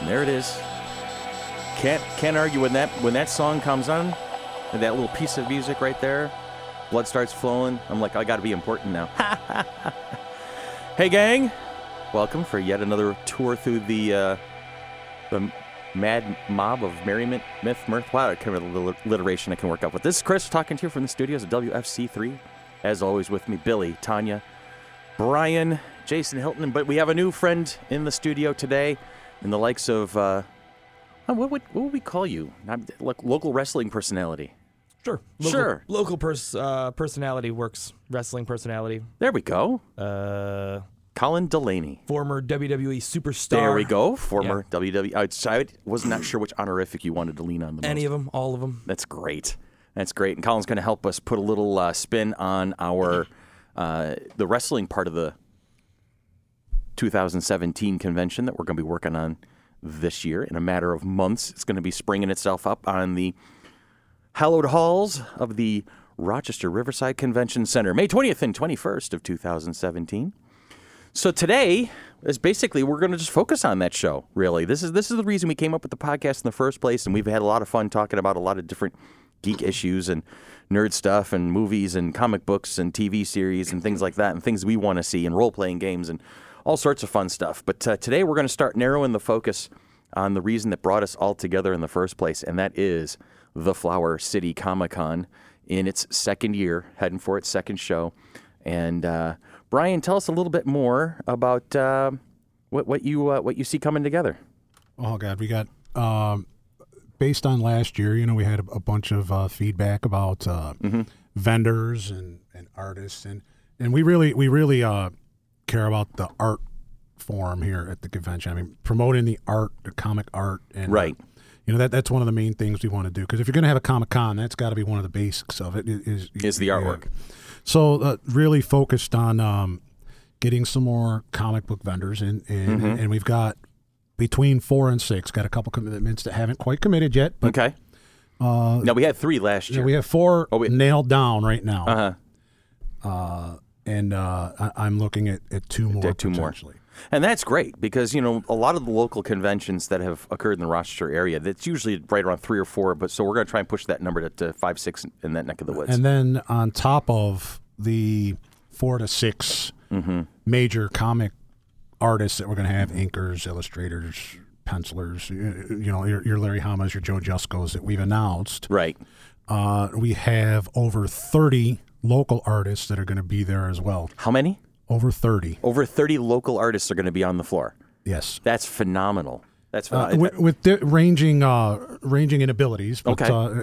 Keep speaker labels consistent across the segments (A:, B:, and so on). A: And there it is. Can't can't argue when that when that song comes on, and that little piece of music right there, blood starts flowing. I'm like, I got to be important now. hey, gang, welcome for yet another tour through the uh, the mad mob of merriment, myth, mirth. Wow, kind of little alliteration I can work up with. This is Chris talking to you from the studios of WFC3. As always, with me, Billy, Tanya, Brian, Jason Hilton, but we have a new friend in the studio today, in the likes of uh, uh, what would what would we call you? Not, like local wrestling personality.
B: Sure. Local,
A: Sure.
B: Local pers- uh, personality works. Wrestling personality.
A: There we go,
B: Uh,
A: Colin Delaney.
B: former WWE superstar.
A: There we go, former WWE. I was- I was not sure which honorific you wanted to lean on the most.
B: Any of them, all of them.
A: That's great. That's great. And Colin's going to help us put a little uh, spin on our uh, the wrestling part of the 2017 convention that we're going to be working on this year in a matter of months. It's going to be springing itself up on the hallowed halls of the Rochester Riverside Convention Center, May 20th and 21st of 2017. So today is basically we're going to just focus on that show. Really, this is this is the reason we came up with the podcast in the first place, and we've had a lot of fun talking about a lot of different geek issues and nerd stuff and movies and comic books and TV series and things like that, and things we want to see and role playing games and all sorts of fun stuff. But uh, today we're going to start narrowing the focus on the reason that brought us all together in the first place, and that is the Flower City Comic Con in its second year, heading for its second show. And uh, Brian, tell us a little bit more about uh, what what you uh, what you see coming together.
C: Oh God, we got um, based on last year. You know, we had a, a bunch of uh, feedback about uh, vendors and, and artists, and and we really we really uh, care about the art form here at the convention. I mean, promoting the art, the comic art, and uh,
A: Right.
C: you know that that's one of the main things we want to do because if you're going to have a comic con, that's got to be one of the basics of it. i- Is
A: Is the
C: yeah.
A: artwork.
C: So uh, really focused on um, getting some more comic book vendors, and and,
A: Mm-hmm.
C: and we've got between four and six. Got a couple commitments that haven't quite committed yet, but
A: Okay. Uh, now we had three last year.
C: we have four
A: Oh, wait.
C: nailed down right now.
A: Uh-huh.
C: Uh, and uh, I, I'm looking at, at two more.
A: At two more.
C: potentially.
A: And that's great because you know a lot of the local conventions that have occurred in the Rochester area. That's usually right around three or four, but so we're going to try and push that number to, to five, six in that neck of the woods.
C: And then on top of the four to 6 major comic artists that we're going to have, inkers, illustrators, pencilers, you, you know, your, your Larry Hamas, your Joe Juscos that we've announced.
A: right.
C: Uh, we have over 30 local artists that are going to be there as well.
A: How many?
C: Over 30.
A: Over thirty local artists are going to be on the floor.
C: Yes.
A: That's phenomenal. That's
C: Uh,
A: phenomenal.
C: with with di- ranging uh, ranging in abilities, but
A: Okay.
C: uh,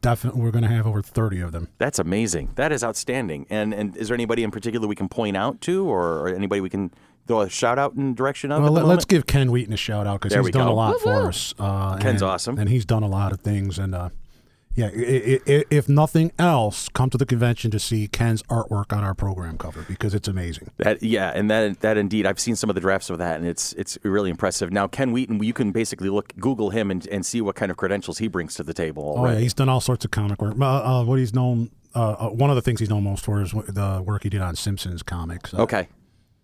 C: definitely we're going to have over 30 of them.
A: That's amazing. That is outstanding. And and is there anybody in particular we can point out to, or, or anybody we can throw a shout out in the direction of?
C: Well,
A: at the
C: let, us
A: moment?
C: give Ken Wheaton a shout out because
A: There we
C: he's done
A: go.
C: a lot for
A: Woo-woo.
C: us. Uh,
A: Ken's
C: and-
A: awesome.
C: and he's done a lot of things. And uh, yeah, i- i- i- if nothing else, come to the convention to see Ken's artwork on our program cover because it's amazing.
A: That, yeah, and that that indeed, I've seen some of the drafts of that, and it's it's really impressive. Now, Ken Wheaton, you can basically look Google him and, and see what kind of credentials he brings to the table.
C: Oh yeah,
A: already.
C: he's done all sorts of comic work. Uh, uh, what he's known, uh, uh, one of the things he's known most for is wh- the work he did on Simpsons comics. Uh,
A: Okay,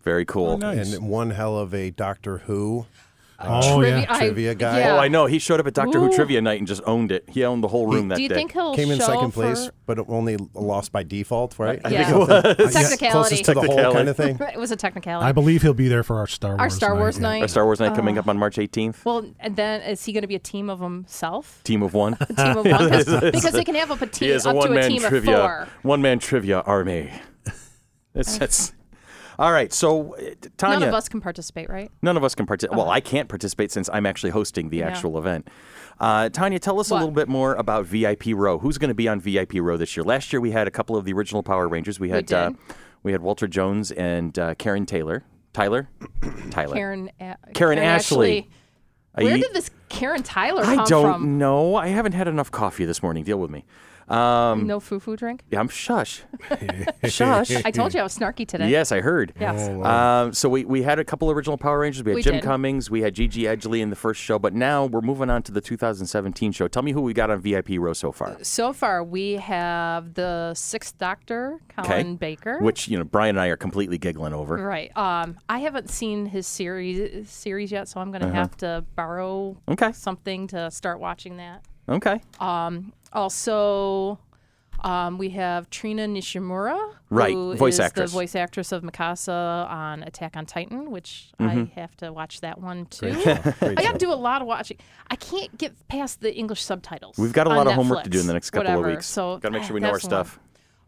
A: very cool. Oh,
D: and one hell of a Doctor Who
C: Oh yeah.
D: trivia guy.
E: yeah.
A: Oh, I know he showed up at Doctor Who
E: Ooh.
A: trivia night and just owned it. He owned the whole room that
E: Do you
A: day.
E: think he'll
D: Came in
E: show
D: second
E: for-
D: place, but only lost by default, right?
E: I think it
D: Something-
E: was. Technicality.
D: Closest to the whole
A: Technicality.
D: kind of thing.
E: It was a technicality.
C: I believe he'll be there for our Star Wars.
E: Our Star Wars
C: yeah.
E: night.
A: Our Star Wars night
E: Uh,
A: coming up on March 18th.
E: Well, and then is he going to be a team of himself?
A: Team of one.
E: A team of one? 'Cause- because they can have up, a
A: He
E: team,
A: is a
E: up to a
A: one-man
E: team of
A: trivia.
E: four.
A: One-man trivia army. That's, that's all right. So, uh, Tanya,
E: None of us Uh-huh. can participate, right?
A: None of us can participate. Well, I can't participate since I'm actually hosting the actual event. Uh, Tanya, tell us a
E: What?
A: little bit more about VIP Row. Who's going to be on VIP Row this year? Last year we had a couple of the original Power Rangers. We had Uh,
E: did.
A: we had Walter Jones and uh, Karen Taylor. Tyler, Tyler.
E: Karen, A-
A: Karen Ashley. Are
E: Where
A: you-
E: did this Karen Tyler
A: I
E: come
A: don't
E: from?
A: know. I haven't had enough coffee this morning. Deal with me. Um,
E: no foo foo drink.
A: yeah, I'm shush. shush.
E: I told you I was snarky today.
A: Yes, I heard.
E: Yes. Oh,
A: Um, so we, we had a couple original Power Rangers. We had
E: We
A: Jim
E: did.
A: Cummings. We had Gigi Edgley in the first show, but now we're moving on to the 2017 show. Tell me who we got on VIP row so far.
E: So far, we have the Sixth Doctor, Colin Baker.
A: Which you know Brian and I are completely giggling over.
E: right? Um, I haven't seen his series series yet, so I'm
A: Uh-huh.
E: going to have to borrow
A: Okay.
E: something to start watching that.
A: Okay.
E: Also, um, we have Trina Nishimura,
A: Right,
E: who
A: voice
E: is
A: actress.
E: the voice actress of Mikasa on Attack on Titan, which
A: Mm-hmm.
E: I have to watch that one too. I got to do a lot of watching. I can't get past the English subtitles.
A: We've got a
E: on
A: lot of homework to
E: Netflix,
A: do in the next couple
E: whatever.
A: of weeks.
E: So
A: got to make sure we know
E: that's
A: our
E: the one.
A: stuff.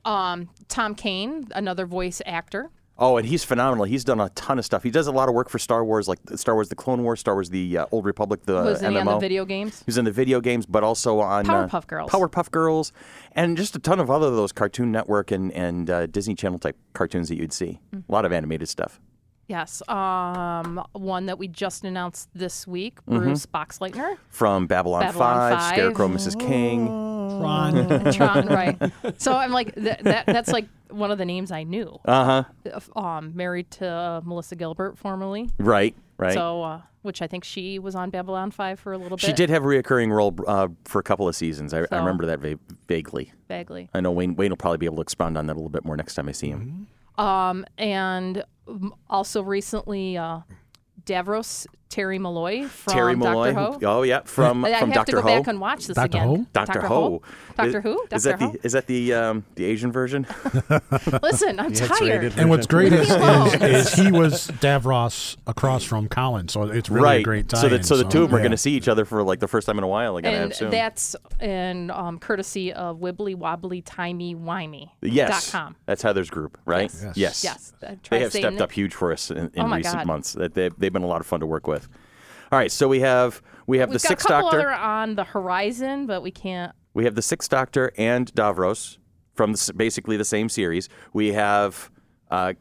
E: Um, Tom Kane, another voice actor.
A: Oh, and he's phenomenal. He's done a ton of stuff. He does a lot of work for Star Wars, like Star Wars: The Clone Wars, Star Wars: The uh, Old Republic, the
E: Was he
A: MMO.
E: on the video games?
A: He was in the video games, but also on uh,
E: Powerpuff Girls.
A: Powerpuff Girls, and just a ton of other of those Cartoon Network and and uh, Disney Channel type cartoons that you'd see.
E: Mm-hmm.
A: A lot of animated stuff.
E: Yes. Um, one that we just announced this week,
A: Mm-hmm.
E: Bruce Boxleitner.
A: From Babylon,
E: Babylon Oh.
A: 5,
E: 5.
A: Scarecrow, Mrs. King.
C: Tron.
E: Tron, right. So I'm like, that, that, that's like one of the names I knew.
A: Uh huh.
E: Um, married to uh, Melissa Gilbert formerly.
A: Right, right.
E: So, uh, which I think she was on Babylon 5 for a little bit.
A: she did have a reoccurring role uh, for a couple of seasons. I, I
E: So-
A: remember that va- vaguely.
E: Vaguely.
A: I know Wayne. Wayne will probably be able to expound on that a little bit more next time I see him.
E: Um, and um, also recently, uh, Davros Terry Malloy from
A: Terry
E: Doctor
A: Malloy.
E: Who.
A: who- Oh yeah, from
E: I
A: from
E: have
A: Doctor
E: to go
A: Who.
E: back and watch this
C: Doctor
E: again.
C: Who?
A: Doctor Who.
E: Doctor
A: Is-
E: Who.
A: Is
E: Doctor
A: that
E: Who.
A: the is that the um, the Asian version?
E: Listen, I'm
D: It's rated
E: tired.
C: And what's great is,
E: alone.
C: is, is he was Davros across from Colin, so it's really a great time.
A: So that so the two of them are going to see each other for like the first time in a while again. I
E: And
A: assume.
E: that's in um, courtesy of wibbly wobbly timey wimey.
A: yes,
E: Dot com.
A: that's Heather's group, right?
C: Yes.
A: Yes.
E: Yes. I tried
A: They have
E: saying
A: stepped
E: that.
A: up huge for us in, in
E: Oh my
A: recent
E: God.
A: months. That they, they've been a lot of fun to work with. All right, so we have we have
E: We've
A: the
E: got a
A: sixth
E: couple
A: Doctor,
E: other on the horizon, but we can't.
A: we have the sixth Doctor and Davros from the, s- basically the same series. We have uh,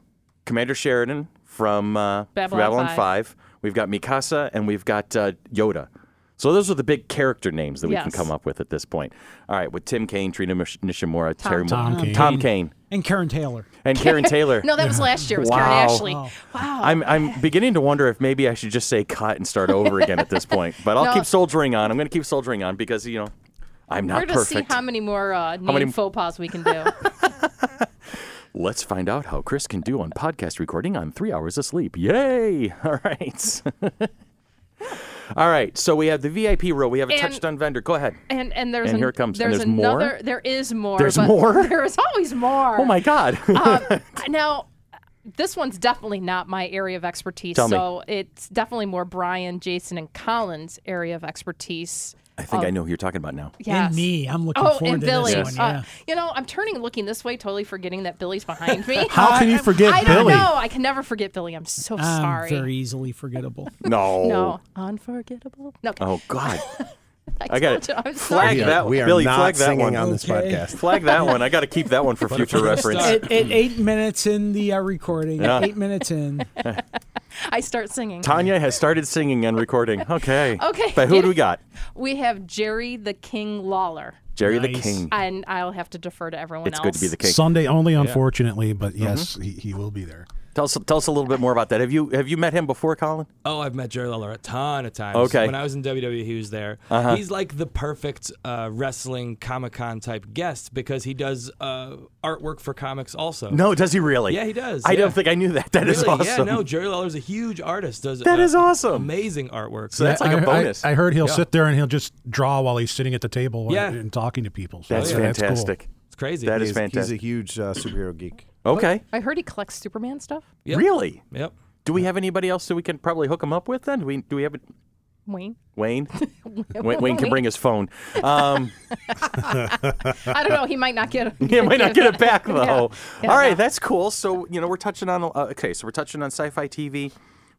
A: Commander Sheridan from uh, from
E: Babylon
A: Babylon
E: 5.
A: Five. We've got Mikasa and we've got uh, Yoda. So those are the big character names that we can
E: Yes.
A: come up with at this point. All right, with Tim Kaine, Trina Mish- Nishimura, Terry
C: Tom
A: Moore-
C: Kaine.
A: Tom Kane,
F: And Karen Taylor.
A: and Karen Taylor.
E: No, that was last year. It was
A: Wow.
E: Karen Ashley.
F: Wow.
E: Wow.
A: I'm I'm beginning to wonder if maybe I should just say cut and start over again at this point. But I'll
E: No.
A: keep soldiering on. I'm going to keep soldiering on because you know I'm
E: We're
A: not
E: to see
A: perfect.
E: how many more uh, name
A: many-
E: faux pas we can do.
A: Let's find out how Chris can do on podcast recording on three hours of sleep. Yay! All right. All right. So we have the VIP row. We have a
E: And-
A: touchdown vendor. Go ahead.
E: And and there's
A: And
E: an-
A: here it comes. And
E: There's,
A: there's more?
E: another. There is more.
A: There's
E: but
A: more?
E: There is always more. Uh,
A: Oh my God.
E: Now, this one's definitely not my area of expertise.
A: Tell me.
E: so it's definitely more Brian, Jason, and Colin's area of expertise.
A: I think
E: um,
A: I know who you're talking about now.
E: Yes.
F: And me. I'm looking
E: Oh,
F: forward
E: and
F: to
E: Billy.
F: this one.
E: Uh,
F: Yeah.
E: you know, I'm turning looking this way, totally forgetting that Billy's behind me.
C: How can you forget
E: I don't
C: Billy?
E: know. I can never forget Billy. I'm so
F: I'm
E: sorry.
F: very easily forgettable.
A: No.
E: no, unforgettable. No,
A: Oh God.
E: I,
A: I got
E: told you,
A: it.
E: I'm
A: Flag
E: sorry.
D: We are,
A: that one.
D: we are
A: Billy,
D: not
A: flag that
D: singing
A: one.
D: on this
F: Okay.
D: podcast.
A: Flag that one. I got to keep that one for future reference.
F: at, at eight minutes in the uh, recording,
A: Yeah.
F: eight minutes in,
E: I start singing.
A: Tanya has started singing and recording. Okay.
E: Okay.
A: But who do we got?
E: We have Jerry the King Lawler,
A: Jerry the
F: Nice.
A: King.
E: and I'll have to defer to everyone
A: It's
E: else.
A: good to be the king.
C: Sunday only, unfortunately, but yes, he, he will be there.
A: Tell us, tell us a little bit more about that. Have you have you met him before, Colin?
B: Oh, I've met Jerry Lawler a ton of times.
A: Okay. Uh-huh.
B: When I was in WWE, he was there. He's like the perfect uh, wrestling Comic Con type guest because he does uh, artwork for comics also.
A: No, does he really?
B: Yeah, he does,
A: I don't
B: yeah.
A: think I knew that. That is
B: Really?
A: awesome.
B: Yeah, no, Jerry Lawler's a huge artist. Does
A: That
B: uh,
A: is awesome.
B: Amazing artwork.
A: So that's
C: I-
A: like a
C: I- I-
A: bonus.
C: I, heard he'll sit there and he'll just draw while he's sitting at the table
B: Yeah.
C: and, and talking to people. So
A: That's
C: yeah, cool.
A: fantastic.
B: it's crazy.
A: That is
D: He's, he's a
A: fantastic.
D: huge uh, superhero geek.
A: okay.
E: I heard he collects Superman stuff.
B: Yep.
A: Really?
B: Yep.
A: Do we have anybody else that we can probably hook him up with then? Do we, do we have a,
E: Wayne.
A: Wayne? Wayne? Wayne can bring his phone. Um,
E: I don't know. He might not get.
A: he might not get it back though.
E: Yeah,
A: All right,
E: no.
A: that's cool. So, you know, we're touching on, uh, okay, so we're touching on sci fi TV.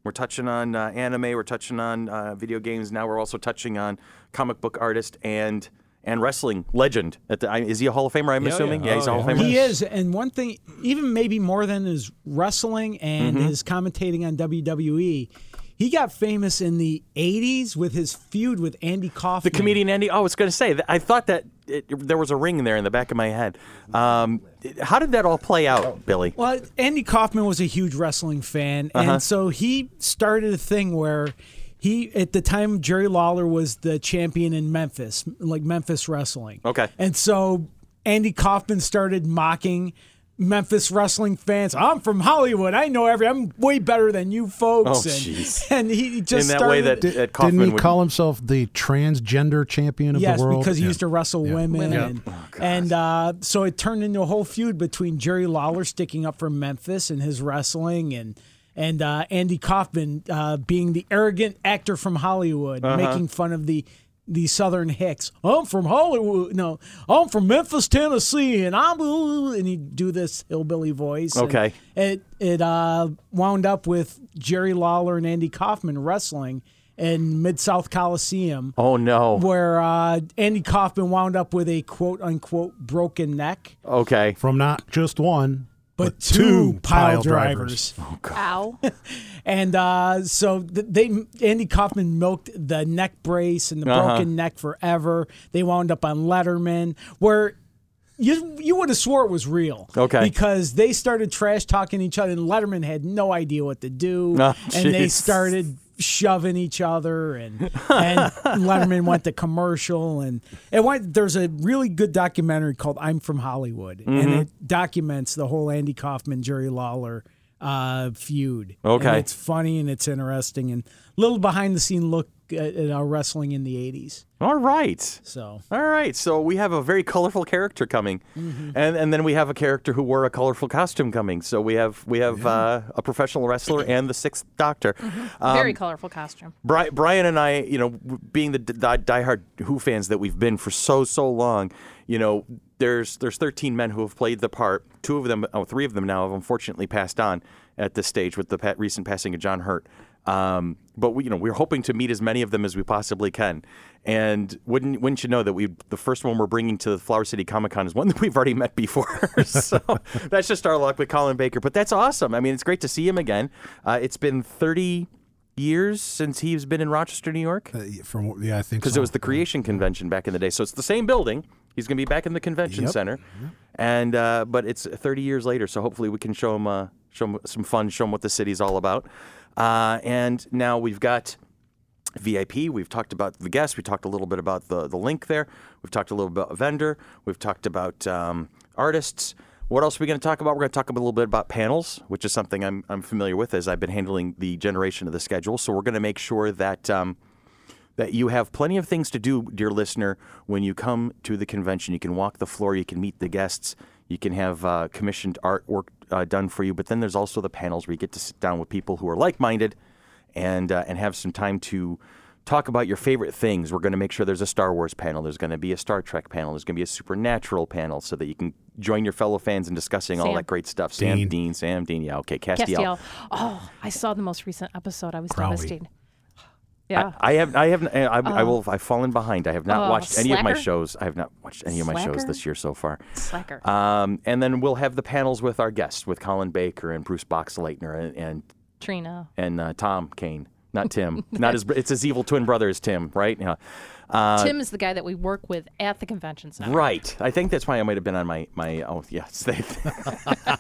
A: We're touching on uh, anime. We're touching on uh, video games. Now we're also touching on comic book artist and and wrestling legend. At the, I, is he a Hall of Famer? I'm
B: Yeah,
A: assuming.
B: yeah.
A: he's a
B: Oh,
A: Hall
B: yeah.
A: of Famer.
F: he is. And one thing,
A: Mm-hmm.
F: even maybe more than his wrestling and his commentating on WWE, E, He got famous in the 80s with his feud with Andy Kaufman.
A: The comedian Andy. Oh, I was going to say. that- I thought that it, there was a ring there in the back of my head. Um, it- how did that all play out, Billy?
F: Well, Andy Kaufman was a huge wrestling fan,
A: Uh-huh.
F: and so he started a thing where he, at the time, Jerry Lawler was the champion in Memphis, like Memphis wrestling.
A: Okay.
F: and so Andy Kaufman started mocking. Memphis wrestling fans. I'm from Hollywood. I know every. I'm way better than you folks.
A: Oh,
F: and,
A: jeez.
F: and he
A: In
F: just
A: that
F: started,
A: way that,
C: Di-
A: that Kaufman
C: Didn't he
A: would
C: call himself the transgender champion of
F: Yes,
C: the world?
F: because he
C: Yeah. Oh,
F: used to wrestle women, and, and, uh, so it turned into a whole feud between Jerry Lawler sticking up for Memphis and his wrestling, and and uh, Andy Kaufman uh, being the arrogant actor from Hollywood, making fun of the the Southern hicks. I'm from Hollywood. No, I'm from Memphis, Tennessee, and I'm and he do this hillbilly voice. and
A: Okay.
F: it it uh, wound up with Jerry Lawler and Andy Kaufman wrestling. In Mid South Coliseum,
A: Oh no.
F: where uh, Andy Kaufman wound up with a quote unquote broken neck,
A: Okay.
C: from not just one,
F: but,
C: but
F: two, pile, drivers.
E: Ow.
F: And uh, so th- they Andy Kaufman milked the neck brace and the
A: Uh-huh.
F: broken neck forever. They wound up on Letterman, where you you would have swore it was real.
A: Okay.
F: Because they started trash talking each other, and Letterman had no idea what to do,
A: Oh,
F: and they
A: jeez.
F: started shoving each other, and and Letterman went to commercial, and it went. There's a really good documentary called "I'm from Hollywood," and it documents the whole Andy Kaufman, Jerry Lawler uh, feud. And
A: Okay.
F: it's funny and it's interesting, and little behind the scene look at, at our wrestling in the '80s.
A: All right.
F: So.
A: All right. So we have a very colorful character coming, and and then we have a character who wore a colorful costume coming. So we have we have uh, a professional wrestler and the Sixth Doctor. Uh,
E: Very colorful costume.
A: Bri- Brian and I, you know, w- being the d- di- diehard Who fans that we've been for so so long, you know, there's there's 13 men who have played the part. Two of them, oh, three of them now have unfortunately passed on at this stage with the pa- recent passing of John Hurt. Um, but we, you know, we're hoping to meet as many of them as we possibly can. And wouldn't wouldn't you know that we the first one we're bringing to the Flower City Comic Con is one that we've already met before. so that's just our luck with Colin Baker. But that's awesome. I mean, it's great to see him again. Uh, it's been 30 years since he's been in Rochester, New York?
C: Uh, from yeah, I think
A: Because
C: so.
A: it was the Creation Convention back in the day. So it's the same building. He's going to be back in the convention
C: Yep.
A: center, and uh, but it's 30 years later. So hopefully we can show him uh, show him some fun, show him what the city's all about. Uh, and now we've got VIP. We've talked about the guests. We talked a little bit about the the link there. We've talked a little bit about vendor. We've talked about um, artists. What else are we going to talk about? We're going to talk a little bit about panels, which is something I'm, I'm familiar with as I've been handling the generation of the schedule. So we're going to make sure that um, that you have plenty of things to do, dear listener, when you come to the convention. You can walk the floor, you can meet the guests, you can have uh, commissioned artwork uh, done for you. But then there's also the panels where you get to sit down with people who are like minded and, uh, and have some time to talk about your favorite things. We're going to make sure there's a Star Wars panel, there's going to be a Star Trek panel, there's going to be a Supernatural panel so that you can join your fellow fans in discussing all
E: Sam.
A: that great stuff. Sam
C: Dean.
A: Dean, Sam Dean, yeah, okay, Castiel.
E: Castiel. Oh, I saw the most recent episode. I was
C: Crowley.
E: devastated. Yeah. Uh,
A: I have, I have, I, I will, I've fallen behind. I have not
E: Oh,
A: watched any of my
E: slacker?
A: shows. I have not watched any of my shows
E: Slacker?
A: this year so far.
E: Slacker.
A: Um, and then we'll have the panels with our guests, with Colin Baker and Bruce Boxleitner and and,
E: Trina.
A: and uh, Tom Kane, not Tim, not his. It's his evil twin brother is Tim, right? Yeah. Uh,
E: Tim is the guy that we work with at the convention center.
A: Right. I think that's why I might have been on my my. Oh yes, they,
E: Uh,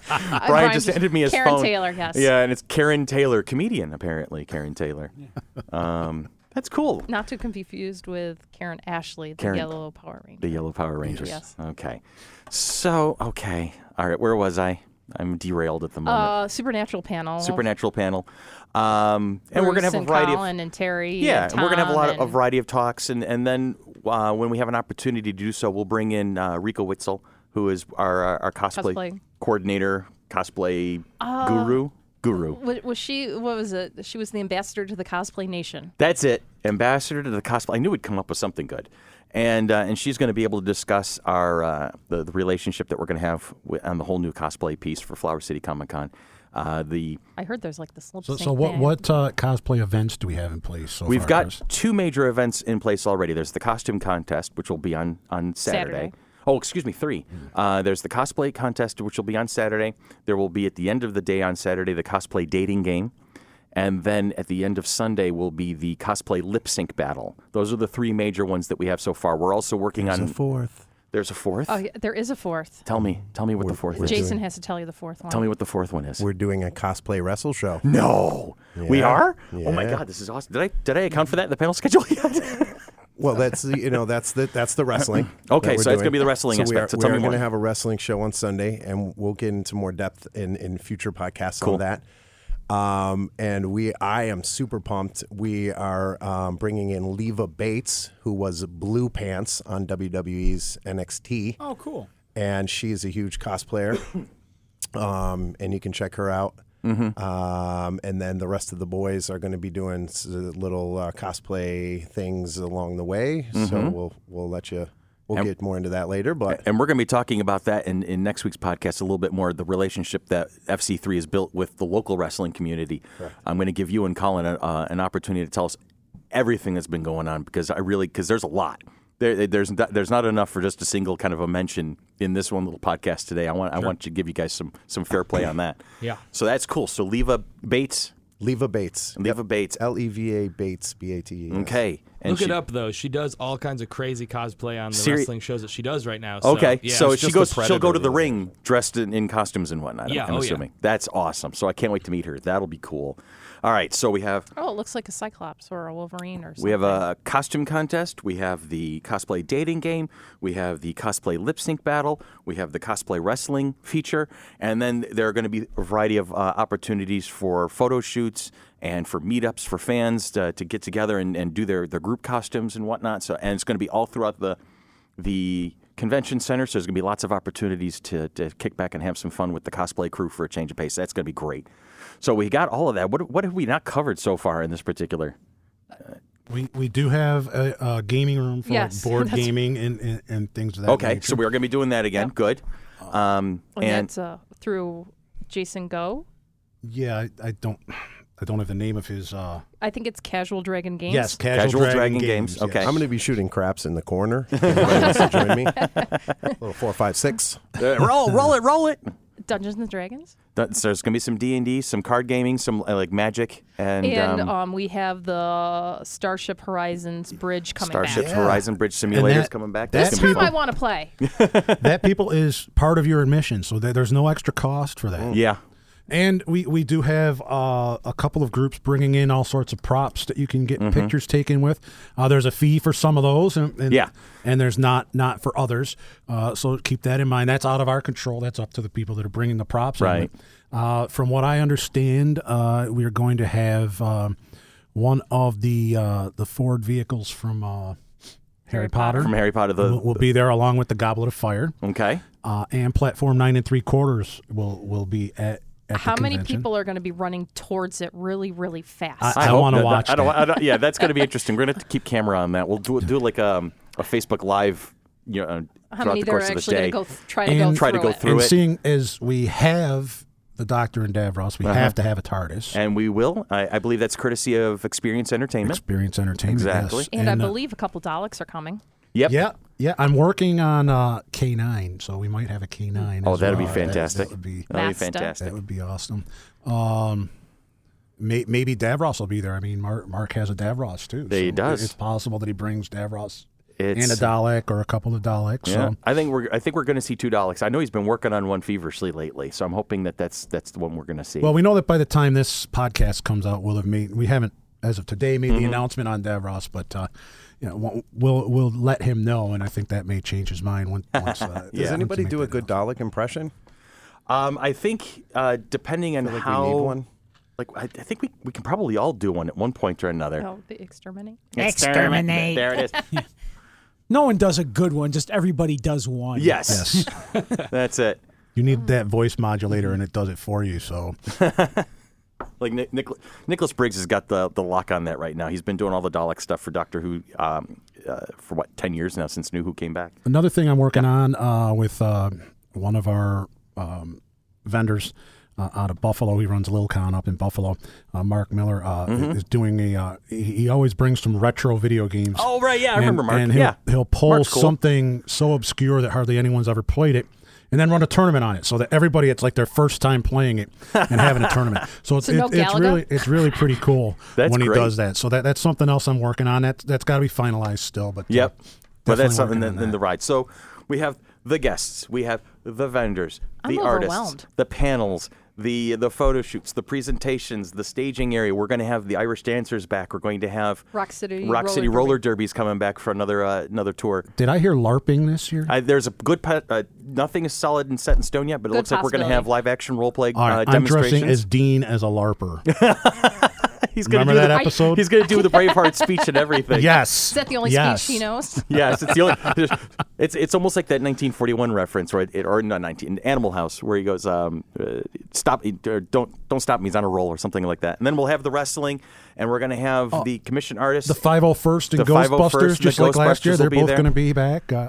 A: Brian just handed me his
E: Karen
A: phone.
E: Taylor, yes.
A: Yeah, and it's Karen Taylor, comedian apparently. Karen Taylor. Um, that's cool.
E: Not to be confused with Karen Ashley, the
A: Karen-
E: yellow Power Ranger.
A: The Yellow Power Rangers.
E: Yes.
A: Okay. So, okay. All right. Where was I? I'm derailed at the moment.
E: Uh, supernatural panel.
A: Supernatural panel. Um, and we're going
E: Bruce
A: to have a
E: and
A: variety of.
E: Colin and Terry.
A: Yeah,
E: and
A: and we're gonna have a lot of
E: Tom
A: a
E: and-
A: variety of talks, and and then uh, when we have an opportunity to do so, we'll bring in uh, Rico Witzel, who is our our, our cosplay,
E: Cosplay. Uh,
A: coordinator, cosplay guru, guru.
E: Wa- Was she? What was it? She was the ambassador to the cosplay nation.
A: That's it. Ambassador to the cosplay. I knew we'd come up with something good, and uh, and she's going to be able to discuss our uh, the, the relationship that we're going to have wi- on the whole new cosplay piece for Flower City Comic Con. Uh, the
E: I heard there's like this little.
C: So, so what what uh, cosplay events do we have in place? So
A: we've
C: far, Chris?
A: got two major events in place already. There's the costume contest, which will be on on Saturday.
E: Saturday.
A: Oh, excuse me, three.
D: Hmm.
A: Uh, there's the cosplay contest, which will be on Saturday. There will be at the end of the day on Saturday the cosplay dating game, And then at the end of Sunday will be the cosplay lip sync battle. Those are the three major ones that we have so far. We're also working on.
D: the fourth.
A: there's a fourth.
E: Oh, yeah, there is a fourth.
A: Tell me, tell me what the fourth is.
E: Jason has to tell you the fourth one.
A: Tell me what the fourth one is.
D: We're doing a cosplay wrestle show.
A: no, we are. Oh my
D: Yeah.
A: God, this is awesome. Did I did I account for that in the panel schedule yet?
D: Well, that's the, you know that's the that's the wrestling.
A: Okay,
D: that
A: so
D: we're
A: that's
D: doing.
A: gonna be the wrestling
D: so
A: aspect. So
D: We
A: tell
D: are, we
A: me
D: are going
A: more.
D: to have a wrestling show on Sunday, and we'll get into more depth in in future podcasts on that. Um, and we, I am super pumped. We are um, bringing in Leva Bates, who was Blue Pants on WWE's NXT,
F: Oh, cool.
D: and she is a huge cosplayer. um, and you can check her out.
A: Mm-hmm.
D: Um, and then the rest of the boys are going to be doing s- little uh, cosplay things along the way. So we'll we'll let you. We'll get more into that later, but
A: Mm-hmm. And we're going to be talking about that in, in next week's podcast a little bit more the relationship that FC3 has built with the local wrestling community. I'm going to give you and Colin a, uh, an opportunity to tell us everything that's been going on because I really, because there's a lot. There, there's not- there's not enough for just a single kind of a mention in this one little podcast today. I want I want to give you guys some some fair play on that.
B: Yeah.
A: So that's cool. So Leva Bates,
D: Leva Bates,
A: Leva Bates.
D: L E V A Bates, B A T E.
A: Okay. And
B: Look
A: she-
B: it up though. She does all kinds of crazy cosplay on the
A: Seri-
B: wrestling shows that she does right now. So,
A: Okay,
B: yeah,
A: so
B: it's
A: she
B: just a
A: goes. She'll go to
B: predator,
A: the
B: really.
A: ring dressed in, in costumes and whatnot. I'm-
B: Yeah,
A: I'm,
B: oh, yeah.
A: assuming that's awesome. So I can't wait to meet her. That'll be cool. All right, so we have
E: Oh, it looks like a Cyclops or a Wolverine or something.
A: we have a costume contest. We have the cosplay dating game. We have the cosplay lip sync battle. We have the cosplay wrestling feature, and then there are going to be a variety of uh, opportunities for photo shoots and for meetups for fans to, to get together and, and do their their group costumes and whatnot. So and it's going to be all throughout the the convention center. So there's going to be lots of opportunities to, to kick back and have some fun with the cosplay crew for a change of pace. That's going to be great. So we got all of that. What, what have we not covered so far in this particular?
C: We we do have a, a gaming room for
E: Yes,
C: like board
E: that's-
C: gaming and, and, and things of that
A: Okay,
C: nature.
A: so we are going to be doing that again. Good. Um,
E: and,
A: and
E: that's uh, through Jason Go.
C: yeah, I, I don't I don't have the name of his. Uh,
E: I think it's Casual Dragon Games.
C: yes, casual,
A: Casual
C: Dragon,
A: Dragon
C: games.
A: Games, okay.
C: yes.
D: I'm going to be shooting craps in the corner. If anybody wants to join me. Little four, five, six.
A: uh, roll, roll it, roll it.
E: Dungeons and Dragons.
A: That's, there's going to be some D and D, some card gaming, some uh, like magic, and,
E: And
A: um,
E: um, we have the Starship Horizons bridge coming
A: Starship
E: back.
D: Yeah.
A: Horizon Bridge Simulators
C: that-
A: coming back.
C: that's
E: This
A: gonna be
E: time I
A: fun.
E: want to play.
C: that people is part of your admission, so that there's no extra cost for that.
A: yeah.
C: And we, we do have uh, a couple of groups bringing in all sorts of props that you can get
A: Mm-hmm.
C: pictures taken with. Uh, there's a fee for some of those, and, and
A: Yeah.
C: and there's not not for others. Uh, so keep that in mind. That's out of our control. That's up to the people that are bringing the props. in.
A: Right.
C: Uh, from what I understand, uh, we are going to have um, one of the uh, the Ford vehicles from uh, Harry Potter.
A: From Harry Potter
C: will,
A: the
C: will be there along with the Goblet of Fire,
A: okay.
C: uh, and platform nine and three quarters will will be at. at the
E: How many
C: convention.
E: people are going to be running towards it really, really fast?
C: I-
A: hope
C: wanna
A: that- that-
C: watch
A: I don't,
C: that.
A: I don't, yeah, that's going to be interesting. We're going to keep camera on that. We'll do do like um, a Facebook live, you know, uh,
E: How
A: throughout
E: many
A: the
E: there are
A: course of the
E: actually going
A: day.
E: to go th- try to go
C: And-
A: Try to
E: through
A: go
E: it?
A: through
C: and
A: it.
C: seeing as we have the Doctor and Davros, we
A: Uh-huh.
C: have to have a TARDIS.
A: and we will. I, I believe that's courtesy of Experience Entertainment.
C: Experience Entertainment.
A: Exactly.
C: yes.
E: And I
C: uh,
E: believe a couple Daleks are coming.
A: Yep.
C: yeah, yeah. I'm working on uh, K9, so we might have a K9.
A: Oh,
C: as
A: that'd be
C: well. That-
A: fantastic.
C: That, would be
A: That'll be
E: Master.
A: fantastic.
C: that would be awesome. Um, may, maybe Davros will be there. I mean, Mark, Mark has a Davros too.
A: He does.
C: It's possible that he brings Davros
A: It's-
C: and a Dalek or a couple of Daleks.
A: Yeah.
C: So
A: I think we're I think we're going to see two Daleks. I know he's been working on one feverishly lately, so I'm hoping that that's that's the one we're going to see.
C: Well, we know that by the time this podcast comes out, we'll have made. We haven't, as of today, made the announcement on Davros, but uh, you know, we'll- we'll we'll let him know, and I think that may change his mind when, once. Uh,
D: Does anybody do a good Dalek impression?
A: um, I think uh, depending on
D: like we
A: how
D: need one.
A: like I, I think we, we can probably all do one at one point or another.
E: Oh, the exterminate.
A: Exterminate. There it is.
F: No one does a good one. Just everybody does one.
A: Yes. that's it.
C: You need that voice modulator, and it does it for you. So
A: Like Nick, Nick, Nicholas Briggs has got the, the lock on that right now. He's been doing all the Dalek stuff for Doctor Who um, uh, for what ten years now since New Who came back.
C: another thing I'm working on uh, with uh, one of our um, vendors. Uh, out of Buffalo, he runs Lil Con up in Buffalo. Uh, Mark Miller uh, is doing a. Uh, he, he always brings some retro video games.
A: Oh right, yeah, I
C: and,
A: remember Mark.
C: and he'll,
A: yeah,
C: he'll pull
A: Mark's cool.
C: something so obscure that hardly anyone's ever played it, and then run a tournament on it so that everybody it's like their first time playing it and having a tournament. So it's
E: So no
C: it- it's
E: Galaga?
C: really it's really pretty cool
A: That's
C: when he
A: great.
C: does that. So that that's something else I'm working on. That that's got to be finalized still, but uh,
A: Yep. But
C: definitely
A: that's something
C: working
A: that,
C: on
A: in the ride. So we have the guests, we have the vendors,
E: I'm
A: the
E: overwhelmed.
A: artists, the panels, the the photo shoots, the presentations, the staging area. We're going to have the Irish dancers back. We're going to have
E: Rock City
A: Rock
E: Roller
A: City
E: Derby.
A: Roller Derby's coming back for another uh, another tour.
C: Did I hear LARPing this year?
A: I, there's a good pet. Uh, nothing is solid and set in stone yet, but it
E: Good
A: looks like we're going to
E: possibility.
A: have live action role play
C: All right,
A: uh,
C: I'm dressing
A: demonstrations.
C: as Dean as a LARPer.
A: he's going to
C: Remember
A: do
C: that
A: the,
C: episode?
A: he's going to do the Braveheart speech and everything.
C: yes.
E: Is that the only
C: yes.
E: speech he knows?
A: yes, it's the only. It's it's almost like that 1941 reference, right? It, or not 19 Animal House, where he goes, um, uh, "Stop! Or don't don't stop me. He's on a roll or something like that." And then we'll have the wrestling, and we're gonna have Oh, the commission artists.
C: The 501st and
A: The 501st and
C: Ghostbusters,
A: the
C: just like last year,
A: Ghostbusters
C: they're
A: will be
C: both
A: there.
C: going to be back. Uh,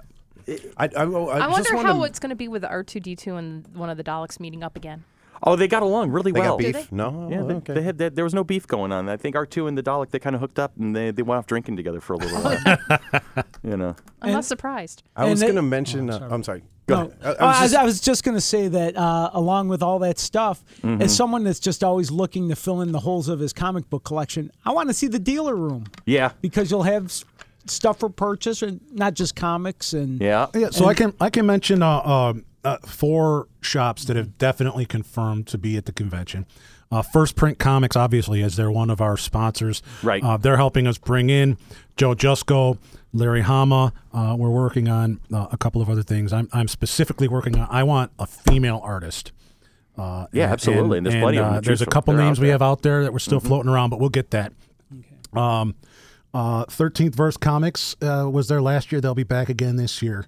D: I, oh, I, I,
E: I
D: just
E: wonder
D: wanted
E: how
D: to-
E: it's going to be with R2D2 and one of the Daleks meeting up again.
A: oh, they got Oh, along really
D: They
A: well.
D: got beef? No.
A: Yeah, they,
D: okay.
A: they had they, there was no beef going on. I think R2 and the Dalek they kind of hooked up and they, they went off drinking together for a little while. you know,
E: I'm not surprised.
D: I was
F: And they-
D: going to
C: Oh,
D: mention. uh, I'm sorry.
F: No.
D: I- I was
F: Oh, I, was
D: just-
F: I was just going to say that uh, along with all that stuff,
A: Mm-hmm.
F: as someone that's just always looking to fill in the holes of his comic book collection, I want to see the dealer room
A: yeah,
F: because you'll have s- stuff for purchase and not just comics and
A: yeah.
C: Uh, yeah, so I can I can mention uh, um, uh, four shops that have definitely confirmed to be at the convention. Uh, First Print Comics, obviously, as they're one of our sponsors.
A: Right.
C: Uh, they're helping us bring in Joe Jusco, Larry Hama. Uh, we're working on uh, a couple of other things. I'm, I'm specifically working on. I want a female artist. Uh,
A: Yeah, absolutely, and there's plenty of them to
C: there's
A: choose
C: a
A: from.
C: couple
A: They're out
C: names we
A: there. Mm-hmm.
C: have out there that we're still floating around, but we'll get that. Um, uh, 13th Verse Comics uh, was there last year. They'll be back again this year.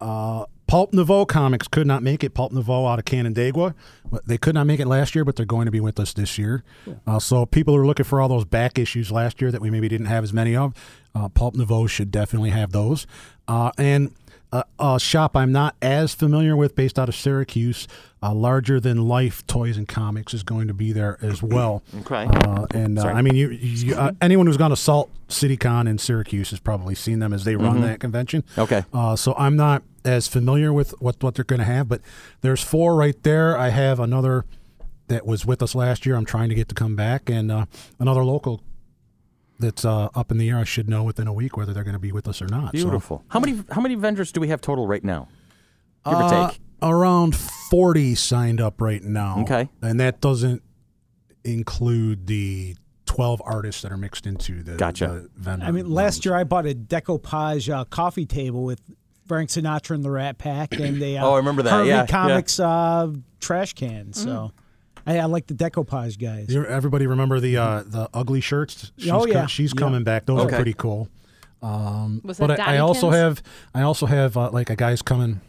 C: Uh, Pulp Nouveau Comics could not make it. Pulp Nouveau out of Canandaigua. But They could not make it last year, but they're going to be with us this year. Uh, so people who are looking for all those back issues last year that we maybe didn't have as many of, uh, Pulp Nouveau should definitely have those. Uh, and uh, a shop I'm not as familiar with, based out of Syracuse, uh, Larger Than Life Toys and Comics is going to be there as well.
A: Okay.
C: Uh, and uh, I mean, you, you uh, anyone who's gone to Salt CityCon in Syracuse has probably seen them as they run that convention.
A: Okay.
C: Uh, so I'm not as familiar with what, what they're going to have, but there's four right there. I have another that was with us last year. I'm trying to get to come back, and uh, another local that's uh, up in the air. I should know within a week whether they're going to be with us or not. So,
A: Beautiful. How many how many vendors do we have total right now? Give or
C: uh,
A: take.
C: around 40 signed up right now.
A: Okay.
C: And that doesn't include the 12 artists that are mixed into the,
A: Gotcha.
C: the vendor.
F: I mean, last year I bought a decoupage uh, coffee table with Frank Sinatra and the Rat Pack and a uh,
A: Oh, I remember that.
F: Harvey
A: Yeah, yeah.
F: Comics Uh, trash can. So
E: Mm-hmm.
F: I, I like the decoupage guys.
C: You- everybody remember the uh, the ugly shirts? She's
F: Oh, yeah.
C: she's
F: Yeah.
C: coming back. Those
A: Okay.
C: are pretty cool. Um,
E: Was that
C: But I, I
E: Dottykins?
C: also have I also have uh, like a guy's coming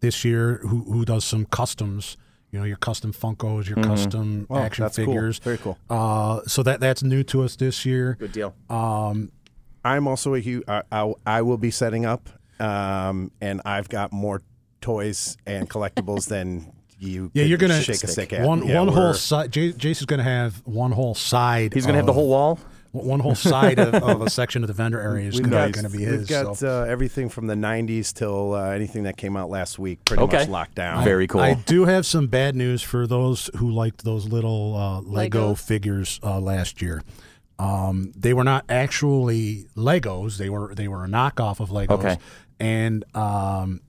C: this year who who does some customs. You know, your custom Funkos, your
A: Mm-hmm.
C: custom
D: Wow,
C: action
D: Oh, that's cool.
C: figures.
D: Very cool.
C: Uh, so that that's new to us this year. Um,
A: Good deal.
D: I'm also a huge. I, I, I will be setting up, um, and I've got more toys and collectibles than you.
C: Yeah,
D: could
C: you're gonna
D: shake a stick at.
C: One
D: Yeah,
C: one
D: we're-
C: whole side. Jace, Jace is gonna have one whole side.
A: He's going to have the
C: of-
A: whole wall.
C: one whole side of, of a section of the vendor area is
D: We've
C: gonna,
D: got,
C: gonna be
D: we've
C: his.
D: got,
C: so.
D: uh, everything from the '90s till uh, anything that came out last week, pretty
A: Okay.
D: much locked down.
A: Very cool.
C: I do have some bad news for those who liked those little uh, Lego
E: Legos.
C: figures uh, last year. Um, they were not actually Legos. They were they were a knockoff of Legos.
A: Okay.
C: And um,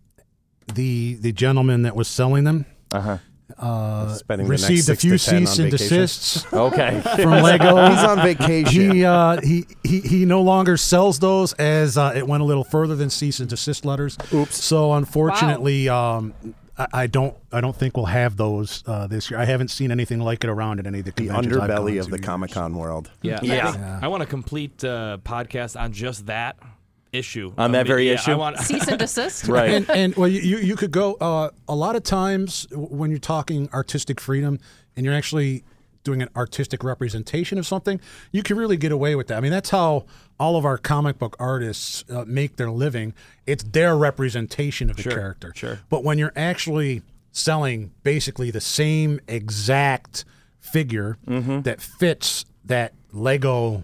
C: the the gentleman that was selling them
A: Uh-huh.
C: uh,
D: Spending the next
C: received a
D: six to
C: few
D: 10 on
C: cease and
D: vacation.
C: desists
A: Okay.
C: from Lego.
D: He's on vacation.
C: he uh, he he he no longer sells those as uh, it went a little further than cease and desist letters. Oops. So unfortunately, um, I, I don't I don't think we'll have those uh, this year. I haven't seen anything like it around at any of the
D: the
C: conventions I've gone
D: underbelly of
C: to.
D: the Comic Con world.
B: Yeah.
A: Yeah.
B: I, think- I want a complete uh, podcast on just that issue.
A: On
B: of
A: that
B: it.
A: very
B: Yeah,
A: issue?
B: I want,
E: Cease and desist?
A: Right.
C: And, and well, you- you you could go uh, a lot of times w- when you're talking artistic freedom, and you're actually doing an artistic representation of something, you can really get away with that. I mean, that's how all of our comic book artists uh, make their living. It's their representation of the character.
B: sure.
C: But when you're actually selling basically the same exact figure that fits that Lego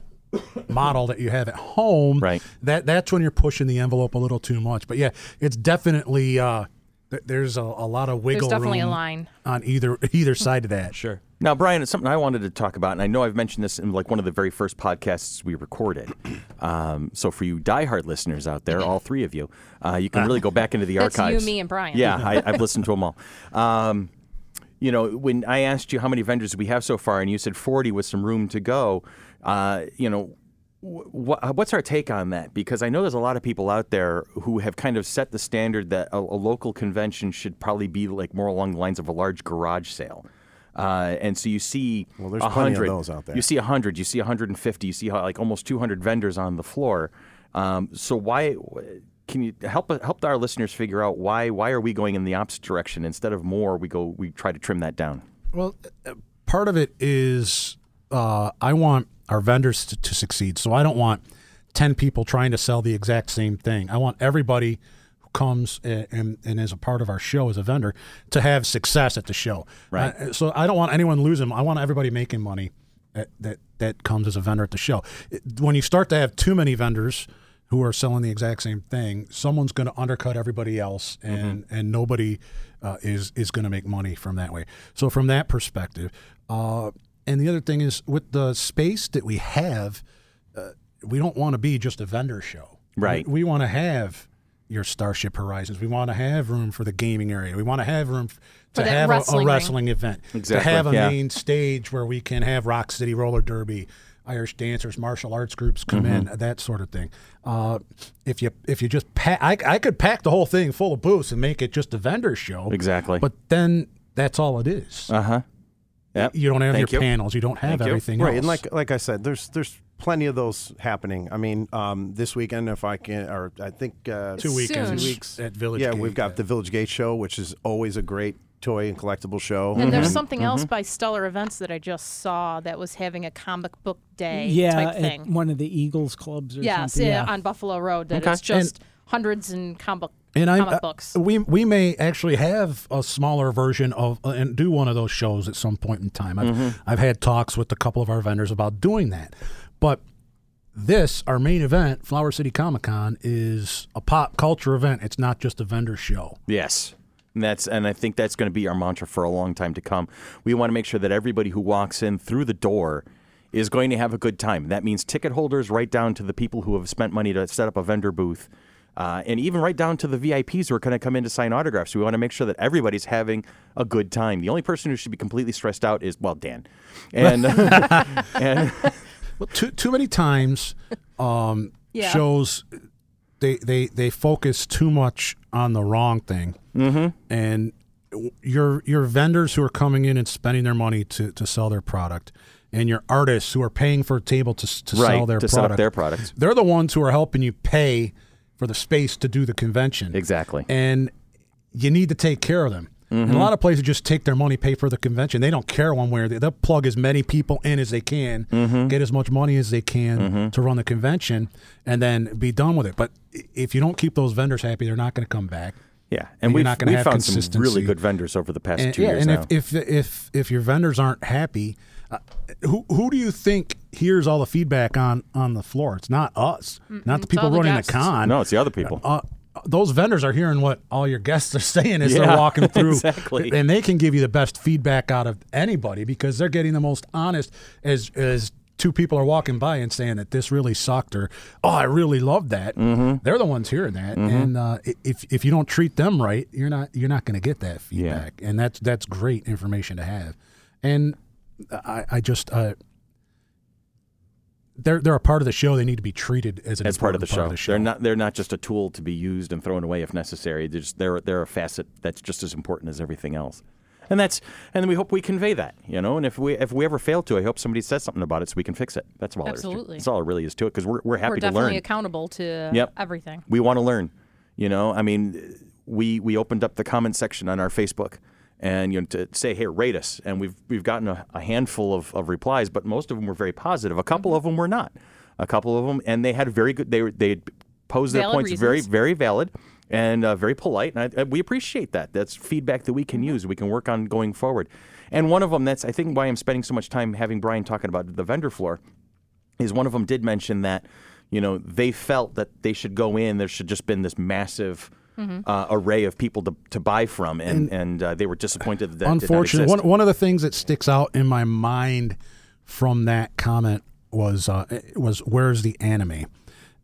C: model that you have at home,
A: Right.
C: that that's when you're pushing the envelope a little too much. But yeah, it's definitely uh, th- there's a, a lot of wiggle
E: definitely a
C: room
E: line.
C: on either either side of that.
B: Sure.
A: Now, Brian, it's something I wanted to talk about, and I know I've mentioned this in like one of the very first podcasts we recorded. Um, so, for you diehard listeners out there, all three of you, uh, you can really go back into the
E: That's you,
A: archives.
E: me, and Brian.
A: Yeah, I, I've listened to them all. Um, you know, when I asked you how many vendors we have so far, and you said 40 with some room to go, uh, you know, wh- wh- what's our take on that? Because I know there's a lot of people out there who have kind of set the standard that a, a local convention should probably be like more along the lines of a large garage sale. Uh, and so you see
D: Well, there's plenty of
A: 100
D: those out there.
A: You see 100, you see 150, you see how, like almost 200 vendors on the floor. Um, so why wh- can you help help our listeners figure out why why are we going in the opposite direction instead of more we go we try to trim that down.
C: Well, uh, part of it is uh, I want our vendors to, to succeed. So I don't want 10 people trying to sell the exact same thing. I want everybody who comes a- and, and is a part of our show as a vendor to have success at the show.
A: Right.
C: Uh, so I don't want anyone losing. I want everybody making money that, that, that comes as a vendor at the show. It- When you start to have too many vendors, who are selling the exact same thing? Someone's going to undercut everybody else,
A: Mm-hmm.
C: and and nobody uh, is is going to make money from that way. So from that perspective, uh, and the other thing is with the space that we have, uh, we don't want to be just a vendor show.
A: Right.
C: We, want to have your Starship Horizons. We want to have room for the gaming area. We want to have room f- to
E: that
C: have a- a,
E: wrestling ring.
C: wrestling event.
A: Exactly,
C: To have a
A: yeah.
C: main stage where we can have Rock City Roller Derby. Irish dancers, martial arts groups come
D: Mm-hmm.
C: in, that sort of thing. Uh, if you if you just pack, I, I could pack the whole thing full of booths and make it just a vendor show.
A: Exactly.
C: But then that's all it is.
A: Uh huh. Yep.
C: you don't have
A: Thank
C: your
A: you.
C: panels. You don't have
A: Thank you.
C: everything
D: right
C: else.
D: and like like i said there's there's plenty of those happening i mean um this weekend if i can or i think uh
C: two weekends,
E: Soon.
C: two weeks at Village.
D: yeah
C: Gate. uh,
D: we've got the village gate show which is always a great toy and collectible show Mm-hmm.
E: And
A: Mm-hmm.
E: there's something else by Stellar Events that I just saw that was having a comic book day
F: yeah,
E: type
F: at
E: thing.
F: one of the Eagles clubs or
E: yes,
F: something.
E: yeah, on Buffalo Road. That
A: Okay.
E: it's just hundreds and comic
C: and I'm-
E: comic
C: uh,
E: books.
C: We we may actually have a smaller version of uh, and do one of those shows at some point in time. I've, I've had talks with a couple of our vendors about doing that, but this our main event, Flower City Comic Con, is a pop culture event. It's not just a vendor show.
A: Yes. And that's and I think that's going to be our mantra for a long time to come. We want to make sure that everybody who walks in through the door is going to have a good time. That means ticket holders right down to the people who have spent money to set up a vendor booth. Uh, and even right down to the VIPs who are going to come in to sign autographs. We want to make sure that everybody's having a good time. The only person who should be completely stressed out is, well, Dan. And, and
C: Well, too too many times, um,
E: Yeah.
C: shows they they they focus too much on the wrong thing, mm-hmm. and your your vendors who are coming in and spending their money to, to sell their product, and your artists who are paying for a table to s- to
A: right,
C: sell their
A: to
C: product,
A: set up their products.
C: they're the ones who are helping you pay for the space to do the convention
A: Exactly.
C: and you need to take care of them.
A: Mm-hmm.
C: And a lot of places just take their money, pay for the convention. They don't care one way or the other. They'll plug as many people in as they can,
A: Mm-hmm.
C: get as much money as they can to run the convention, and then be done with it. But i- if you don't keep those vendors happy, they're not going to come back.
A: Yeah,
C: And
A: and
C: you're
A: we've,
C: not gonna
A: we've
C: have
A: found some really
C: consistency.
A: good vendors over the past
C: And,
A: two
C: yeah,
A: years
C: and
A: now.
C: if, if if if your vendors aren't happy, uh, who who do you think hears all the feedback on on the floor? It's not us, not the people
E: all the
C: running
E: guests.
C: the con
A: no, it's the other people.
C: uh, those vendors are hearing what all your guests are saying as
A: Yeah,
C: they're walking through,
A: exactly.
C: and they can give you the best feedback out of anybody because they're getting the most honest as as two people are walking by and saying that this really sucked or oh I really love that.
A: Mm-hmm.
C: They're the ones hearing that, and uh, i- if if you don't treat them right, you're not you're not going to get that feedback, and that's that's great information to have, and I I just. Uh, they're, they're a part of the show. They need to be treated as an
A: as part of the
C: important
A: show. They're not they're not just a tool to be used and thrown away if necessary. They're just, they're they're a facet that's just as important as everything else. And that's and we hope we convey that, you know. And if we if we ever fail to, I hope somebody says something about it so we can fix it. That's all. there is to-
E: Absolutely.
A: That's all it really is to it because we're we're happy
E: We're
A: to
E: definitely
A: learn.
E: accountable to
A: Yep.
E: everything.
A: We want to learn. You know, I mean, we we opened up the comment section on our Facebook and you know to say, hey, rate us. And we've we've gotten a, a handful of, of replies, but most of them were very positive. A couple
E: Mm-hmm.
A: of them were not. A couple of them, and they had very good. They were- they posed their
E: Valid
A: points very
E: reasons.
A: very valid and uh, very polite, and I, I- we appreciate that. That's feedback that we can
E: Mm-hmm.
A: use. We can work on going forward. And one of them that's I think why I'm spending so much time having Brian talking about the vendor floor is one of them did mention that you know they felt that they should go in there should just been this massive uh, array of people to, to buy from, and and, uh, they were disappointed that that did
C: Unfortunately,
A: not
C: one,
A: exist.
C: one of the things that sticks out in my mind from that comment was uh, it was where's the anime?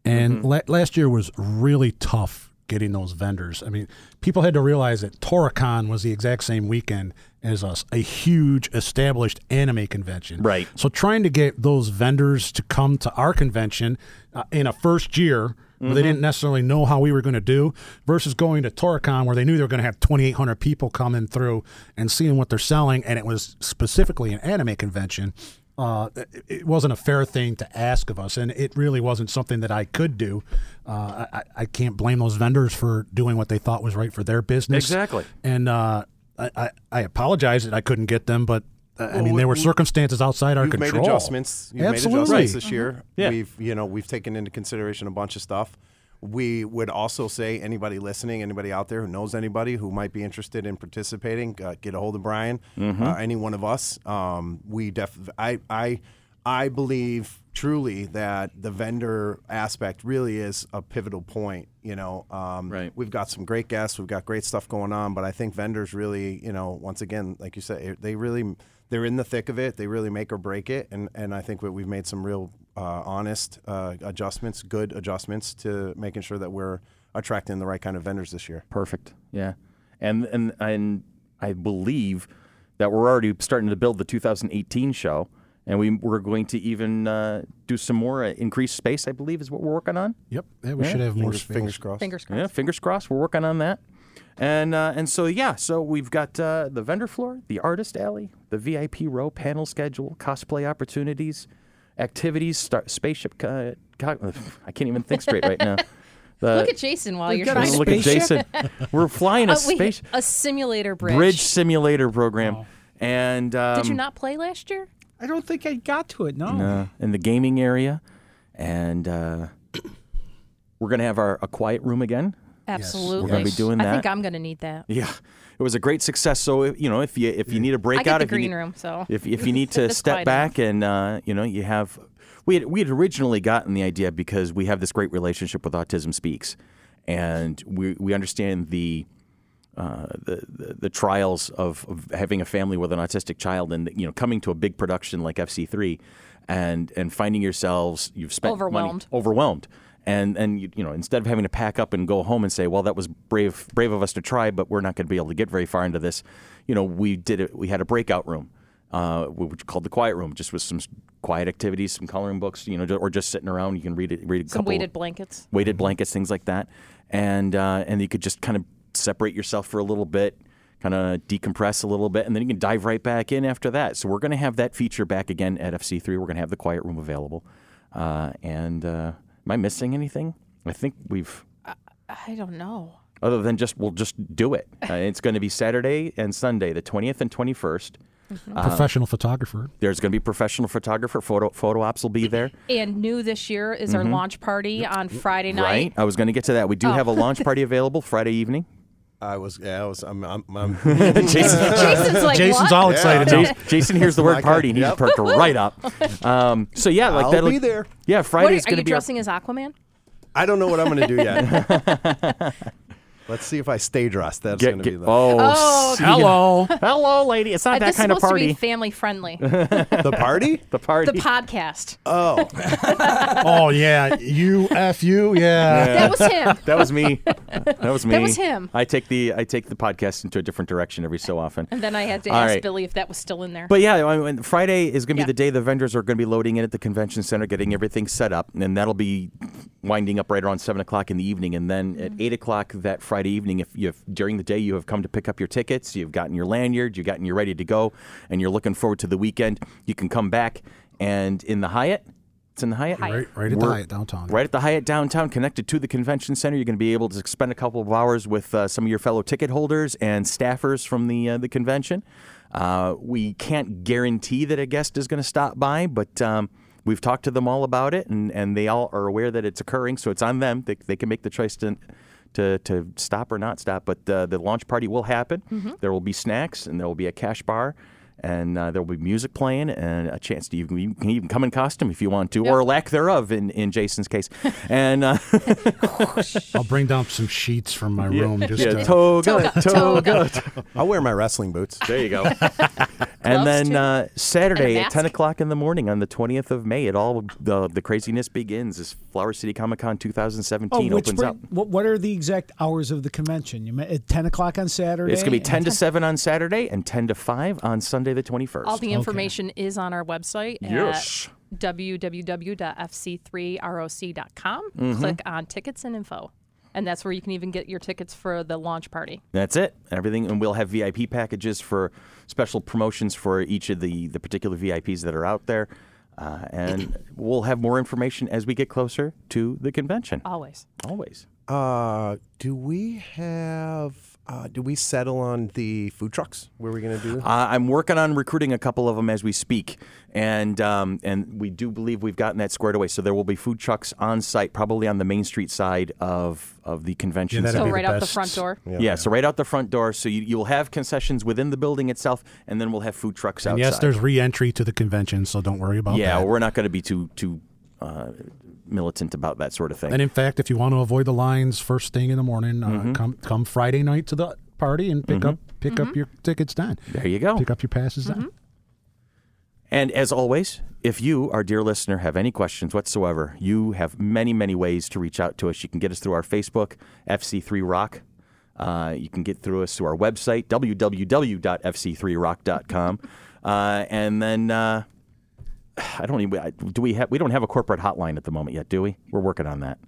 C: And
A: Mm-hmm.
C: la- last year was really tough getting those vendors. I mean, people had to realize that Toricon was the exact same weekend as us, a huge established anime convention.
A: Right.
C: So trying to get those vendors to come to our convention uh, in a first year where they didn't necessarily know how we were going to do versus going to Toricon where they knew they were going to have 2,800 people coming through and seeing what they're selling, and it was specifically an anime convention. Uh, it, it wasn't a fair thing to ask of us, and it really wasn't something that I could do. Uh, I, I can't blame those vendors for doing what they thought was right for their business.
A: Exactly.
C: And uh, I, I, I apologize that I couldn't get them, but uh, I mean,
D: we-
C: there were
D: we-
C: circumstances outside our
D: You've made
C: control.
D: adjustments. You've
C: Absolutely. Uh-huh.
D: made adjustments this year.
A: Yeah.
D: We've you know we've taken into consideration a bunch of stuff. We would also say anybody listening, anybody out there who knows anybody who might be interested in participating, uh, get a hold of Brian,
C: Mm-hmm.
D: uh, any one of us. Um, we def I I I believe truly that the vendor aspect really is a pivotal point. You know, um,
A: Right.
D: We've got some great guests. We've got great stuff going on, but I think vendors really, you know, once again, like you said, it- they really they're in the thick of it. They really make or break it, and and I think that we've made some real uh, honest uh, adjustments, good adjustments to making sure that we're attracting the right kind of vendors this year.
A: Perfect. Yeah. And and and I believe that we're already starting to build the 2018 show, and we we're going to even uh, do some more uh, increased space. I believe is what we're working on.
C: Yep. Yeah, we should have more
D: Fingers,
C: space.
D: fingers crossed.
E: Fingers crossed.
A: Yeah, fingers crossed. We're working on that. And uh, and so yeah, so we've got uh, the vendor floor, the artist alley, the VIP row, panel schedule, cosplay opportunities, activities, star- spaceship. Uh, co- I can't even think straight right now. The,
E: Look at Jason while you're
F: got
E: trying
F: a
E: to
A: Uh, look at Jason.
F: spaceship.
A: We're flying a
E: Oh, wait,
A: space
E: a simulator bridge.
A: bridge. simulator program. And um,
E: Did you not play last year?
F: I don't think I got to it. No.
A: uh, in the gaming area, and uh, we're gonna have our a quiet room again.
E: Absolutely.
A: gonna be doing
E: I think
A: that.
E: I'm going to need that.
A: Yeah, it was a great success. So if- you know, if you if you need a
E: I get
A: breakout,
E: the
A: if you
E: green
A: need,
E: room, so
A: if if you need to
E: That's
A: step
E: quite
A: back and uh, you know you have, we had, we had originally gotten the idea because we have this great relationship with Autism Speaks, and we we understand the. Uh, the, the the trials of, of having a family with an autistic child, and you know, coming to a big production like FC3, and and finding yourselves you've spent money-
E: Overwhelmed.
A: overwhelmed. And and you, you know, instead of having to pack up and go home and say, "Well, that was brave brave of us to try, but we're not going to be able to get very far into this," you know, we did it. We had a breakout room, uh, which called the quiet room, just with some s- quiet activities, some coloring books, you know, ju- or just sitting around. You can read it, read a
E: some
A: couple
E: weighted blankets.
A: weighted blankets, things like that, and uh, and you could just kind of separate yourself for a little bit, kind of decompress a little bit, and then you can dive right back in after that. So we're going to have that feature back again at FC3. We're going to have the quiet room available. Uh, and uh, am I missing anything? I think we've
E: I don't know.
A: other than just we'll just do it. Uh, it's going to be Saturday and Sunday, the twentieth and twenty first.
C: Professional photographer.
A: There's going to be professional photographer. Photo photo ops will be there.
E: And new this year is our launch party on Friday night.
A: Mm-hmm. Right. I was going to get to that. We do have a launch party available Friday evening.
D: I was, yeah, I was, I'm, I'm, I'm
A: Jason,
E: Jason's like,
C: Jason's
E: what?
C: all
D: Yeah.
C: excited. now.
A: Jason, Jason hears the word
D: Like,
A: party and he's
D: yep.
A: perked right up. Um, so yeah, like
D: I'll
A: that'll
D: be there.
A: Yeah,
E: What are,
A: Friday's
E: are
A: going
E: you
A: to be. our-
E: dressing as Aquaman?
D: I don't know what I'm going to do yet. Let's see if I stay dressed. That's
A: get-
D: going to
A: get-
D: be the,
A: oh,
E: Oh,
A: see-
F: Hello.
A: hello, lady. It's not
E: Uh,
A: that
E: this is
A: kind of
E: supposed
A: party.
E: to be family friendly.
D: the party.
A: the party.
E: the podcast.
D: Oh,
C: oh yeah, you f you yeah.
E: that was him.
A: that was me. That was me.
E: was him.
A: I take the I take the podcast into a different direction every so often.
E: And then I had to
A: All
E: ask
A: right.
E: Billy if that was still in there.
A: But yeah, I mean, Friday is going to be
E: Yeah.
A: the day the vendors are going to be loading in at the convention center, getting everything set up, and that'll be winding up right around seven o'clock in the evening. And then at
E: Mm-hmm.
A: eight o'clock that Friday evening, if you have, during the day you have come to pick up your tickets, you've gotten your lanyard, you've gotten you're ready to go, and you're looking forward to the weekend, you can come back and in the Hyatt. It's in the Hyatt,
E: Hyatt.
C: Right, right at the
A: We're-
C: Hyatt downtown.
A: Right at the Hyatt downtown, connected to the convention center. You're going to be able to spend a couple of hours with uh, some of your fellow ticket holders and staffers from the uh, the convention. Uh, we can't guarantee that a guest is going to stop by, but um, we've talked to them all about it, and, and they all are aware that it's occurring. So it's on them. They, they can make the choice to. To, to
E: Mm-hmm.
A: stop or not stop, but uh, the launch party will happen. There will be snacks and there will be a cash bar, and uh, there will be music playing and a chance to even, you can even come in costume if you want to, or lack thereof in, in Jason's case. And uh,
C: I'll bring down some sheets from my room. Just
A: yeah,
C: to,
A: toga, toga.
D: I'll wear my wrestling boots.
A: There you go. and then
E: too.
A: uh, Saturday at
E: mask.
A: 10 o'clock in the morning on the 20th of May, it all the, the craziness begins. This Flower City Comic Con 2017
F: Oh, which
A: opens
F: bring-
A: up.
F: What, what are the exact hours of the convention? You mean at ten o'clock on Saturday.
A: It's going to be
F: and-
A: 10 to 7 on Saturday and 10 to 5 on Sunday the 21st.
E: All the information is on our website
A: Yes.
E: at www.fc3roc.com.
A: Mm-hmm.
E: Click on tickets and info. And that's where you can even get your tickets for the launch party.
A: That's it. Everything, and we'll have VIP packages for special promotions for each of the the particular VIPs that are out there, uh, and we'll have more information as we get closer to the convention.
E: Always.
A: Always.
D: Uh, do we have? Uh, do we settle on the food trucks? Where are we going to do?
A: Uh, I'm working on recruiting a couple of them as we speak, and um, and we do believe we've gotten that squared away. So there will be food trucks on site, probably on the Main Street side of of the convention
C: that'd
A: center.
E: So
C: be the
E: right out the
C: best.
E: front door.
A: Yeah, so right out the front door. So you, you'll have concessions within the building itself, and then we'll have food trucks
C: and
A: outside.
C: yes, there's re-entry to the convention, so don't worry about
A: Yeah,
C: that.
A: we're not going to be too too uh, militant about that sort of thing.
C: And in fact, if you want to avoid the lines first thing in the morning, uh,
A: Mm-hmm.
C: come come Friday night to the party and pick up pick
E: Mm-hmm.
C: up your tickets then.
A: there you go.
C: Pick up your passes then.
A: And as always, if you, our dear listener, have any questions whatsoever, you have many many ways to reach out to us. You can get us through our Facebook FC3 Rock. Uh, you can get through us through our website www.fc3rock.com, uh, and then. Uh, I don't even. I- Do we have? We don't have a corporate hotline at the moment yet, do we? We're working on that.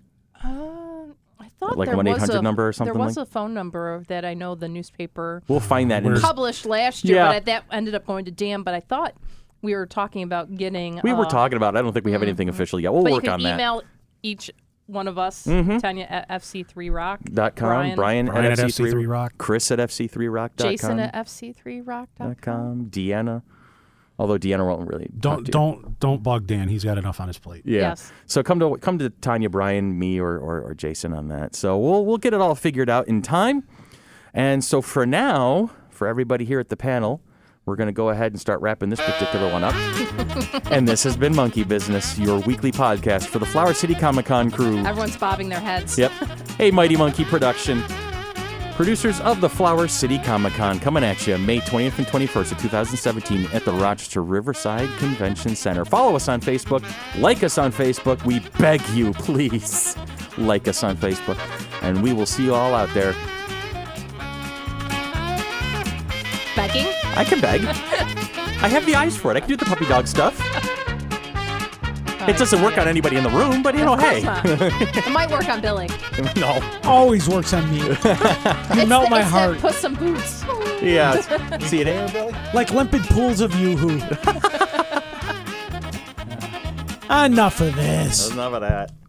E: Um, I thought
A: Like
E: there
A: a
E: was
A: 1-800
E: a
A: number or something
E: There was
A: like-
E: a phone number that I know the newspaper
A: We'll find that. In
E: published last year,
A: Yeah.
E: but that ended up going to Dan. But I thought we were talking about getting.
A: we were
E: uh, mm-hmm.
A: talking about. it. I don't think we have anything official yet. We'll
E: but you
A: work
E: can
A: on that. Mm-hmm.
E: email each one of us, Tanya at FC3Rock.
A: dot com. Brian,
C: Brian
A: at,
C: at
A: FC3,
C: FC3 Rock.
A: Chris at FC3Rock dot
E: Jason
A: com.
E: at FC3Rock.com.
A: dot com. Deanna, although Deanna won't really talk
C: Don't
A: to you.
C: don't don't bug Dan. He's got enough on his plate.
A: Yeah.
E: Yes.
A: So come to come to Tanya, Brian, me, or, or or Jason on that. So we'll we'll get it all figured out in time. And so for now, for everybody here at the panel, we're going to go ahead and start wrapping this particular one up. and this has been Monkey Business, your weekly podcast for the Flower City Comic Con crew.
E: Everyone's bobbing their heads.
A: Yep. A Mighty Monkey production. Producers of the Flower City Comic Con coming at you May 20th and 21st of 2017 at the Rochester Riverside Convention Center. Follow us on Facebook. Like us on Facebook. We beg you, please. Like us on Facebook. And we will see you all out there.
E: Begging?
A: I can beg. I have the eyes for it. I can do the puppy dog stuff. It doesn't work on anybody in the room, but you know,
E: Of course
A: Oh, hey.
E: not. it might work on Billy.
A: no.
F: Always works on me. you melt my heart
E: Put some boots.
A: Yeah. see you there.
F: like limpid pools of yoo-hoo. Enough of this.
A: Enough of that.